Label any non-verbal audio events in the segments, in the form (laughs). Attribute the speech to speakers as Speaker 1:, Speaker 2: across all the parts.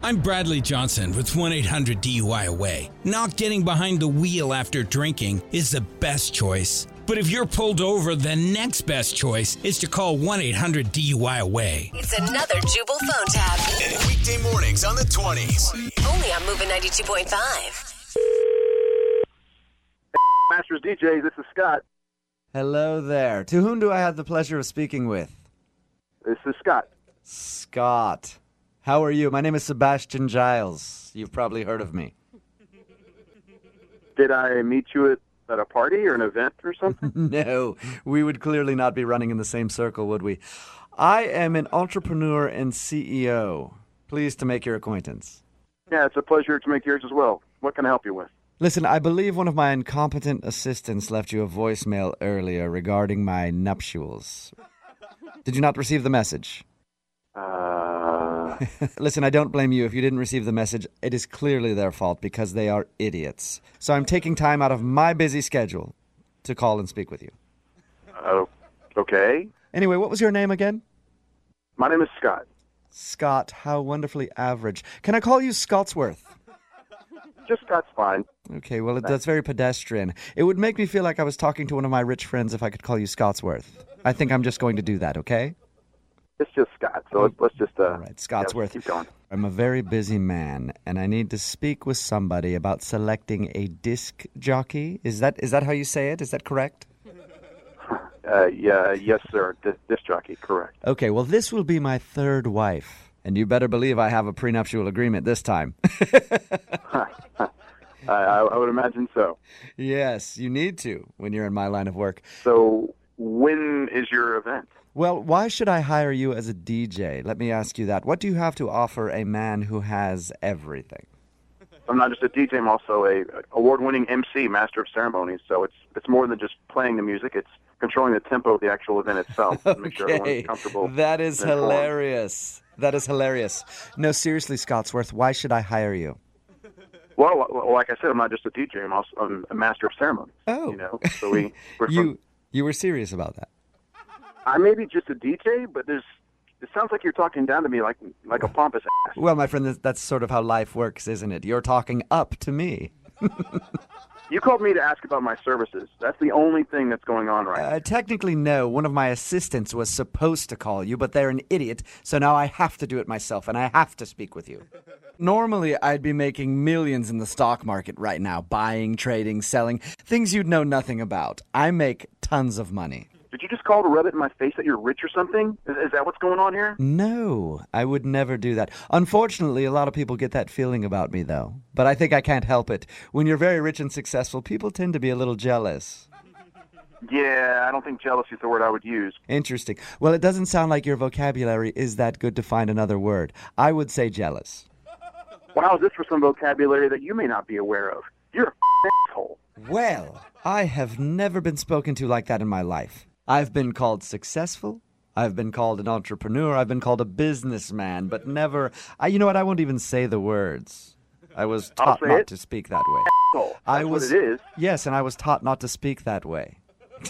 Speaker 1: I'm Bradley Johnson with 1 800 DUI Away. Not getting behind the wheel after drinking is the best choice. But if you're pulled over, the next best choice is to call 1 800 DUI Away.
Speaker 2: It's another Jubal phone tab.
Speaker 3: Weekday mornings on the 20s.
Speaker 2: Only on Moving 92.5.
Speaker 4: Masters DJ, this is Scott.
Speaker 5: Hello there. To whom do I have the pleasure of speaking with?
Speaker 4: This is Scott.
Speaker 5: Scott. How are you? My name is Sebastian Giles. You've probably heard of me. (laughs)
Speaker 4: Did I meet you at, at a party or an event or something?
Speaker 5: (laughs) No, we would clearly not be running in the same circle, would we? I am an entrepreneur and CEO. Pleased to make your acquaintance.
Speaker 4: yeah, it's a pleasure to make yours as well. What can I help you with?
Speaker 5: Listen, I believe one of my incompetent assistants left you a voicemail earlier regarding my nuptials. Did you not receive the message? (laughs)
Speaker 4: Uh,
Speaker 5: Listen, I don't blame you if you didn't receive the message. It is clearly their fault because they are idiots. So I'm taking time out of my busy schedule to call and speak with you.
Speaker 4: oh, okay.
Speaker 5: Anyway, what was your name again?
Speaker 4: My name is Scott.
Speaker 5: Scott. How wonderfully average. Can I call you Scottsworth?
Speaker 4: Just Scott's fine.
Speaker 5: Okay, well, it- that's very pedestrian. It would make me feel like I was talking to one of my rich friends if I could call you Scottsworth. I think I'm just going to do that, okay?
Speaker 4: It's just Scott. So let's, let's just. Uh,
Speaker 5: All right, Scott's
Speaker 4: yeah,
Speaker 5: worth.
Speaker 4: Keep going.
Speaker 5: I'm a very busy man, and I need to speak with somebody about selecting a disc jockey. Is that is that how you say it? Is that correct?
Speaker 4: Uh, yeah, yes, sir. Dis- disc jockey, correct.
Speaker 5: Okay, well, this will be my third wife, and you better believe I have a prenuptial agreement this time. (laughs)
Speaker 4: I, I, I would imagine so.
Speaker 5: yes, you need to when you're in my line of work.
Speaker 4: So when is your event?
Speaker 5: Well, why should I hire you as a DJ? Let me ask you that. What do you have to offer a man who has everything?
Speaker 4: I'm not just a DJ. I'm also a award-winning MC, master of ceremonies. So it's it's more than just playing the music. It's controlling the tempo of the actual event itself. to Make sure everyone's comfortable.
Speaker 5: that is
Speaker 4: and informed.
Speaker 5: hilarious. That is hilarious. No, seriously, Scottsworth, why should I hire you?
Speaker 4: Well, li- like I said, I'm not just a DJ. I'm also I'm a master of ceremonies.
Speaker 5: Oh.
Speaker 4: you know. So
Speaker 5: (laughs)
Speaker 4: we we're
Speaker 5: You you were serious about that.
Speaker 4: from- I may be just a DJ, but there's. It sounds like you're talking down to me like like a pompous ass.
Speaker 5: Well, my friend, that's- that's sort of how life works, isn't it? You're talking up to me.
Speaker 4: You called me to ask about my services. That's the only thing that's going on right. now.
Speaker 5: Uh, technically, no. One of my assistants was supposed to call you, but they're an idiot, so now I have to do it myself and I have to speak with you. Normally, I'd be making millions in the stock market right now, buying, trading, selling, things you'd know nothing about. I make tons of money.
Speaker 4: Did you just call to rub it in my face that you're rich or something? Is, is that what's going on here?
Speaker 5: No, I would never do that. Unfortunately, a lot of people get that feeling about me, though. But I think I can't help it. When you're very rich and successful, people tend to be a little jealous.
Speaker 4: Yeah, I don't think jealousy is the word I would use.
Speaker 5: Interesting. Well, it doesn't sound like your vocabulary is that good to find another word. I would say jealous.
Speaker 4: Wow, this was some vocabulary that you may not be aware of. You're a f- asshole.
Speaker 5: Well, I have never been spoken to like that in my life. I've been called successful. I've been called an entrepreneur. I've been called a businessman, but never. I, you know what? I won't even say the words. I was
Speaker 4: I'll
Speaker 5: taught
Speaker 4: say
Speaker 5: not
Speaker 4: it.
Speaker 5: to speak that way.
Speaker 4: Asshole. That's
Speaker 5: I was.
Speaker 4: what it is.
Speaker 5: Yes, and I was taught not to speak that way. (laughs)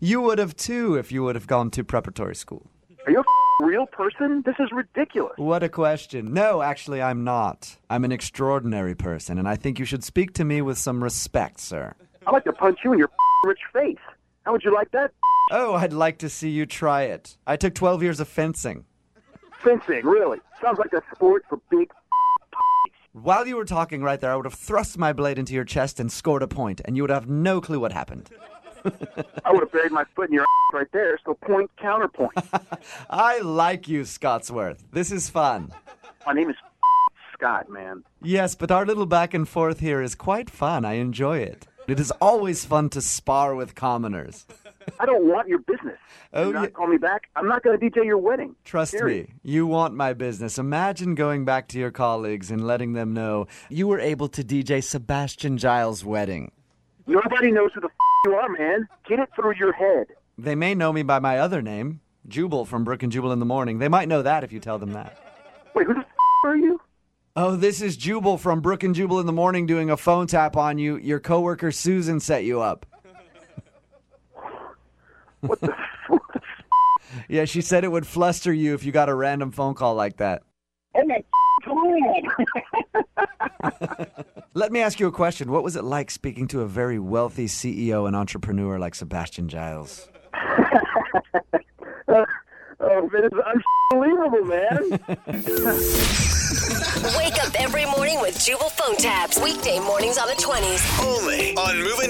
Speaker 5: you would have too if you would have gone to preparatory school.
Speaker 4: Are you a f- real person? This is ridiculous.
Speaker 5: What a question. No, actually, I'm not. I'm an extraordinary person, and I think you should speak to me with some respect, sir.
Speaker 4: I'd like to punch you in your f- rich face. How would you like that?
Speaker 5: Oh, I'd like to see you try it. I took 12 years of fencing.
Speaker 4: Fencing, really. Sounds like a sport for big.
Speaker 5: While you were talking right there, I would have thrust my blade into your chest and scored a point, and you would have no clue what happened.
Speaker 4: I would have buried my foot in your ass right there. So point,
Speaker 5: (laughs)
Speaker 4: counterpoint.
Speaker 5: I like you, Scottsworth. This is fun.
Speaker 4: my name is Scott, man.
Speaker 5: Yes, but our little back and forth here is quite fun. I enjoy it. It is always fun to spar with commoners.
Speaker 4: I don't want your business.
Speaker 5: Oh,
Speaker 4: Do not
Speaker 5: yeah.
Speaker 4: call me back. I'm not going to DJ your wedding.
Speaker 5: Trust
Speaker 4: Period.
Speaker 5: me, you want my business. Imagine going back to your colleagues and letting them know you were able to DJ Sebastian Giles' wedding.
Speaker 4: Nobody knows who the f- you are, man. Get it through your head.
Speaker 5: They may know me by my other name, Jubal from Brook and Jubal in the Morning. They might know that if you tell them that.
Speaker 4: Wait, who the f- are you?
Speaker 5: Oh, this is Jubal from Brook and Jubal in the Morning doing a phone tap on you. Your coworker Susan set you up.
Speaker 4: What
Speaker 5: (laughs)
Speaker 4: the? f-
Speaker 5: Yeah, she said it would fluster you if you got a random phone call like that.
Speaker 4: Oh my! Hello,
Speaker 6: bad.
Speaker 5: (laughs) Let me ask you a question. What was it like speaking to a very wealthy CEO and entrepreneur like Sebastian Giles?
Speaker 6: oh, man, it's unbelievable, man.
Speaker 2: Wake up every morning with Jubal phone tabs. Weekday mornings on the 20s.
Speaker 3: Only on Moving